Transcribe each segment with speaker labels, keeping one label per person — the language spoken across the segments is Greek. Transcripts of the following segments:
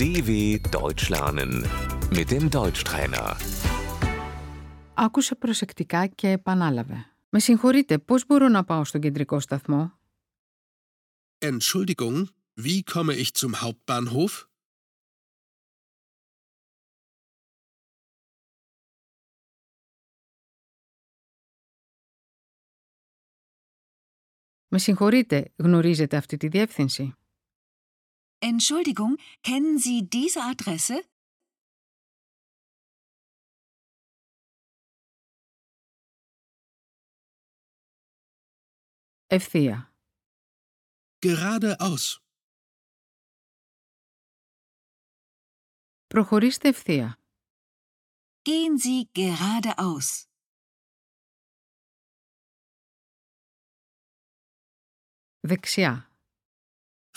Speaker 1: DW Deutsch lernen mit dem Deutschtrainer.
Speaker 2: Άκουσε προσεκτικά και επανάλαβε. Με συγχωρείτε, πώς μπορώ να πάω στον κεντρικό σταθμό?
Speaker 3: Entschuldigung, wie komme ich zum Hauptbahnhof?
Speaker 2: Με συγχωρείτε, γνωρίζετε αυτή τη διεύθυνση.
Speaker 4: Entschuldigung, kennen Sie diese Adresse?
Speaker 2: Ευθεία.
Speaker 3: Geradeaus.
Speaker 2: Προχωρήστε ευθεία.
Speaker 4: Gehen Sie geradeaus.
Speaker 2: Δεξιά.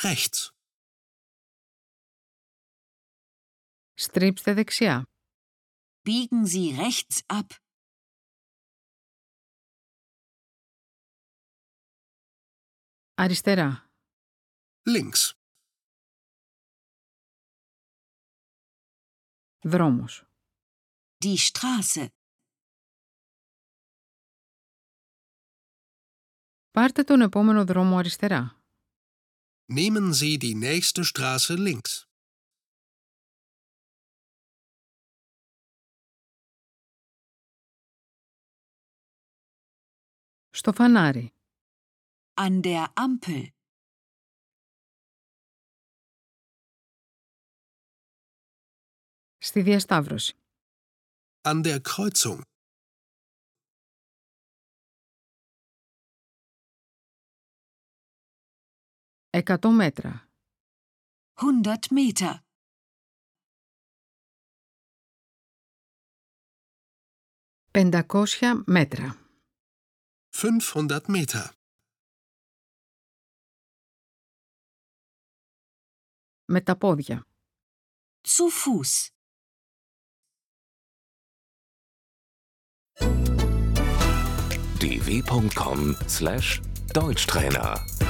Speaker 3: Rechts.
Speaker 2: Στρίψτε δεξιά.
Speaker 4: Biegen Sie rechts ab.
Speaker 2: Αριστερά.
Speaker 3: Links.
Speaker 2: Δρόμος.
Speaker 4: Die Straße.
Speaker 2: Πάρτε τον επόμενο δρόμο αριστερά.
Speaker 3: Nehmen Sie die nächste Straße links.
Speaker 2: Στο φανάρι.
Speaker 4: An der Ampel.
Speaker 2: Στη διασταύρωση.
Speaker 3: An der Kreuzung.
Speaker 2: Εκατό μέτρα.
Speaker 4: 100 Meter.
Speaker 2: Πεντακόσια μέτρα.
Speaker 3: 500 Meter.
Speaker 2: Με τα πόδια.
Speaker 4: Zu Fuß.
Speaker 1: dw.com/deutschtrainer